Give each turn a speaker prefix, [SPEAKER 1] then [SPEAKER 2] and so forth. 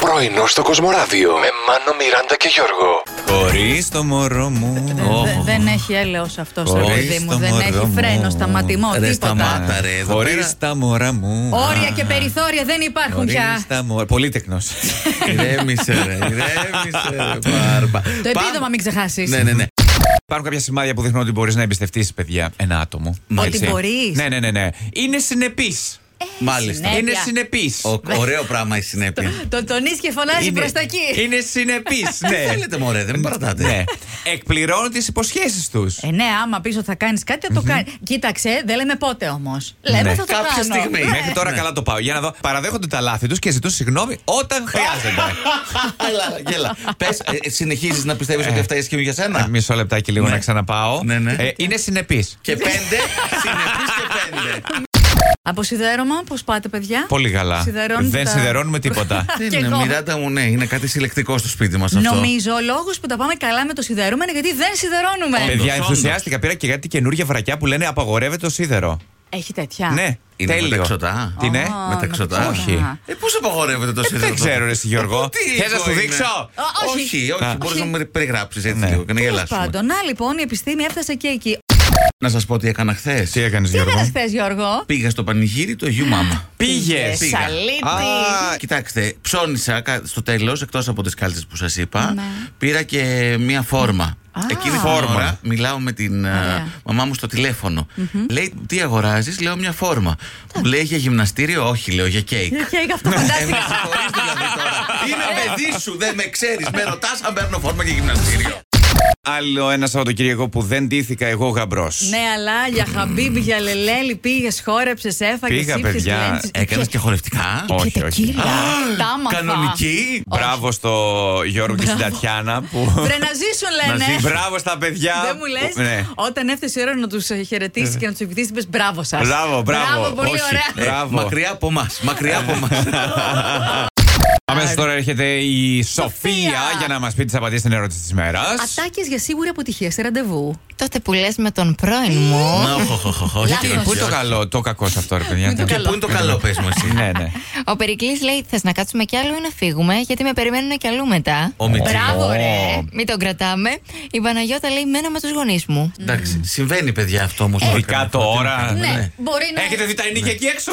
[SPEAKER 1] Πρωινό στο Κοσμοράδιο με Μάνο, Μιράντα και Γιώργο.
[SPEAKER 2] Χωρίς το μωρό μου.
[SPEAKER 3] Δε-
[SPEAKER 2] Ω,
[SPEAKER 3] Ε, δε- δεν έχει έλεος αυτός ο
[SPEAKER 2] Χωρίς
[SPEAKER 3] παιδί
[SPEAKER 2] το
[SPEAKER 3] μου. Δεν
[SPEAKER 2] μωρό
[SPEAKER 3] έχει
[SPEAKER 2] μου.
[SPEAKER 3] φρένο, σταματημό,
[SPEAKER 4] Ρε,
[SPEAKER 3] τίποτα.
[SPEAKER 4] σταμάτα, ρε, εδώ
[SPEAKER 2] Χωρίς
[SPEAKER 4] πέρα.
[SPEAKER 2] τα μωρά μου.
[SPEAKER 3] Όρια και περιθώρια δεν υπάρχουν
[SPEAKER 2] Χωρίς
[SPEAKER 3] πια.
[SPEAKER 2] τα μωρά. Πολύτεκνο.
[SPEAKER 4] Ηρέμησε, ρε. Ηρέμησε, ρε. Μπάρμπα.
[SPEAKER 3] Το επίδομα μην ξεχάσεις.
[SPEAKER 4] Ναι, ναι, ναι.
[SPEAKER 2] Υπάρχουν κάποια σημάδια που δείχνουν ότι μπορείς να εμπιστευτείς, παιδιά, ένα άτομο.
[SPEAKER 3] Ότι
[SPEAKER 2] Έτσι.
[SPEAKER 3] μπορείς.
[SPEAKER 2] Ναι, ναι, ναι. ναι. Είναι συνεπής.
[SPEAKER 4] Μάλιστα.
[SPEAKER 3] ναι.
[SPEAKER 2] Είναι
[SPEAKER 3] Βέβαια.
[SPEAKER 2] συνεπής.
[SPEAKER 4] Ο- Ωραίο πράγμα η συνέπεια.
[SPEAKER 3] Το τονίζει και φωνάζεις προς τα εκεί.
[SPEAKER 2] Είναι συνεπής.
[SPEAKER 4] Δεν
[SPEAKER 2] Ναι.
[SPEAKER 4] θέλετε, μωρέ, δεν με παρατάτε.
[SPEAKER 2] ναι. Εκπληρώνουν τις υποσχέσεις τους.
[SPEAKER 3] Ε, ναι, άμα πίσω θα κάνεις κάτι, θα το κάνεις. Κοίταξε, δεν λέμε πότε όμως Λέμε
[SPEAKER 2] Ναι.
[SPEAKER 3] θα το
[SPEAKER 4] Κάποια
[SPEAKER 3] κάνω.
[SPEAKER 4] στιγμή.
[SPEAKER 3] Ναι.
[SPEAKER 2] Μέχρι τώρα
[SPEAKER 4] Ναι.
[SPEAKER 2] καλά το πάω. Για να δω. Παραδέχονται τα λάθη τους και ζητούν συγγνώμη όταν χρειάζεται.
[SPEAKER 4] Έλα, γέλα. Πες, ε, συνεχίζεις να πιστεύεις ότι αυτά ισχύουν για
[SPEAKER 2] Ε,
[SPEAKER 4] σένα.
[SPEAKER 2] Μισό λεπτάκι λίγο
[SPEAKER 4] Ναι.
[SPEAKER 2] να ξαναπάω.
[SPEAKER 4] Ναι, ναι.
[SPEAKER 2] Ε, είναι συνεπής.
[SPEAKER 4] Και πέντε, συνεχείς και πέντε.
[SPEAKER 3] Από σιδέρωμα, πώς πάτε, παιδιά.
[SPEAKER 2] Πολύ καλά.
[SPEAKER 3] Σιδερώνουν
[SPEAKER 2] Δεν
[SPEAKER 3] τα-
[SPEAKER 2] σιδερώνουμε τίποτα.
[SPEAKER 4] Τι
[SPEAKER 3] Κι
[SPEAKER 4] είναι,
[SPEAKER 3] εγώ.
[SPEAKER 4] Μιράντα μου, ναι, είναι κάτι συλλεκτικό στο σπίτι μας αυτό.
[SPEAKER 3] Νομίζω ο λόγος που τα πάμε καλά με το σιδέρωμα είναι γιατί δεν σιδερώνουμε.
[SPEAKER 2] Παιδιά,
[SPEAKER 4] όντως.
[SPEAKER 2] ενθουσιάστηκα. Πήρα και κάτι καινούργια βρακιά που λένε Απαγορεύεται το σίδερο.
[SPEAKER 3] Έχει τέτοια.
[SPEAKER 2] Ναι,
[SPEAKER 4] Είναι
[SPEAKER 2] τέλειο.
[SPEAKER 4] μεταξωτά.
[SPEAKER 2] Τι ναι,
[SPEAKER 3] Α,
[SPEAKER 4] με τα ξωτά.
[SPEAKER 2] Όχι.
[SPEAKER 4] Ε, πώς απαγορεύεται το σύνδεσμο.
[SPEAKER 2] Δεν ξέρω, ρε, εσύ, Γιώργο.
[SPEAKER 4] Τι
[SPEAKER 2] Θες να
[SPEAKER 4] εγώ
[SPEAKER 2] σου
[SPEAKER 4] είναι.
[SPEAKER 2] δείξω.
[SPEAKER 3] Α, όχι.
[SPEAKER 4] Όχι,
[SPEAKER 2] Α.
[SPEAKER 4] όχι. Μπορείς να με περιγράψεις έτσι
[SPEAKER 2] Ναι.
[SPEAKER 4] λίγο και να
[SPEAKER 3] Τέλος
[SPEAKER 4] γελάσουμε.
[SPEAKER 3] πάντων. Να λοιπόν, η επιστήμη έφτασε και εκεί.
[SPEAKER 4] Να σας πω τι έκανα χθες.
[SPEAKER 2] Τι έκανες,
[SPEAKER 3] Τι έκανε
[SPEAKER 2] Γιώργο.
[SPEAKER 3] χθες, Γιώργο.
[SPEAKER 4] Πήγα στο πανηγύρι του Αγίου Μάμα.
[SPEAKER 2] Πήγες.
[SPEAKER 4] Πήγα.
[SPEAKER 3] Σαλίτη.
[SPEAKER 2] Α,
[SPEAKER 4] Κοιτάξτε, ψώνισα κα- στο τέλος, εκτός από τις κάλτσες που σας είπα,
[SPEAKER 3] Ναι.
[SPEAKER 4] πήρα και μία φόρμα. Εκείνη την
[SPEAKER 2] Φόρμα.
[SPEAKER 4] ώρα μιλάω με την ε,
[SPEAKER 3] Ωραία.
[SPEAKER 4] μαμά μου στο τηλεφωνο Λέει, τι αγοράζεις, λέω μια φόρμα. Μου λέει για γυμναστήριο, όχι, λέω για κέικ.
[SPEAKER 3] Και έγινε
[SPEAKER 2] Ναι,
[SPEAKER 3] αυτό Ναι. φαντάστηκα. Ε.
[SPEAKER 4] Χωρίς δηλαδή τώρα. Είμαι παιδί σου, δεν με ξέρεις. Με ρωτάς αν παίρνω φόρμα για γυμναστήριο.
[SPEAKER 2] Άλλο ένα Σαββατοκύριακο που δεν τήθηκα εγώ γαμπρός.
[SPEAKER 3] Ναι, αλλά για χαμπίμπι, για λελέλη, πήγες, χόρεψες, έφαγες.
[SPEAKER 2] Πήγα, παιδιά.
[SPEAKER 4] Έκανε και χορευτικά.
[SPEAKER 2] Όχι,
[SPEAKER 3] Όχι,
[SPEAKER 2] όχι.
[SPEAKER 3] όχι. Τα άμαθα.
[SPEAKER 4] Κανονική.
[SPEAKER 2] Μπράβο στο Γιώργο και στην Τατιάνα που.
[SPEAKER 3] Βρε να ζήσουν, λένε.
[SPEAKER 2] Μπράβο στα παιδιά.
[SPEAKER 3] Δεν μου λες.
[SPEAKER 2] Ναι.
[SPEAKER 3] Όταν έφτασε η ώρα να τους χαιρετήσεις και να τους ευχηθήσει, είπες μπράβο σας.
[SPEAKER 2] Μπράβο, μπράβο.
[SPEAKER 3] πολύ
[SPEAKER 2] Όχι.
[SPEAKER 3] ωραία.
[SPEAKER 2] Ε, Μπράβο.
[SPEAKER 4] Μακριά από εμάς. Μακριά από εμάς.
[SPEAKER 2] Αμέσως τώρα έρχεται η Σοφία
[SPEAKER 3] Σοφία.
[SPEAKER 2] για να μας πει τις απαντήσεις στην ερώτηση της μέρας.
[SPEAKER 3] Ατάκε για σίγουρη αποτυχία σε ραντεβού.
[SPEAKER 5] Τότε που λες με τον πρώην μου,
[SPEAKER 2] Πού είναι το καλό, το κακό σε αυτό, ρε παιδιά.
[SPEAKER 3] το
[SPEAKER 2] Και
[SPEAKER 3] καλό.
[SPEAKER 4] Πού είναι το καλό, πες μου εσύ.
[SPEAKER 2] Ναι, ναι.
[SPEAKER 5] ο Περικλής λέει θες να κάτσουμε κι άλλο ή να φύγουμε γιατί με περιμένουν κι αλλού μετά.
[SPEAKER 4] Ο Μιτσί.
[SPEAKER 3] Μπράβο, ρε.
[SPEAKER 2] Ω.
[SPEAKER 5] Μην τον κρατάμε. Η Παναγιώτα λέει μένα με τους γονείς μου.
[SPEAKER 4] Εντάξει, συμβαίνει παιδιά αυτό όμως.
[SPEAKER 2] Ειδικά τώρα.
[SPEAKER 3] Ναι, μπορεί να.
[SPEAKER 2] Έχετε δει τα ενίκια εκεί έξω.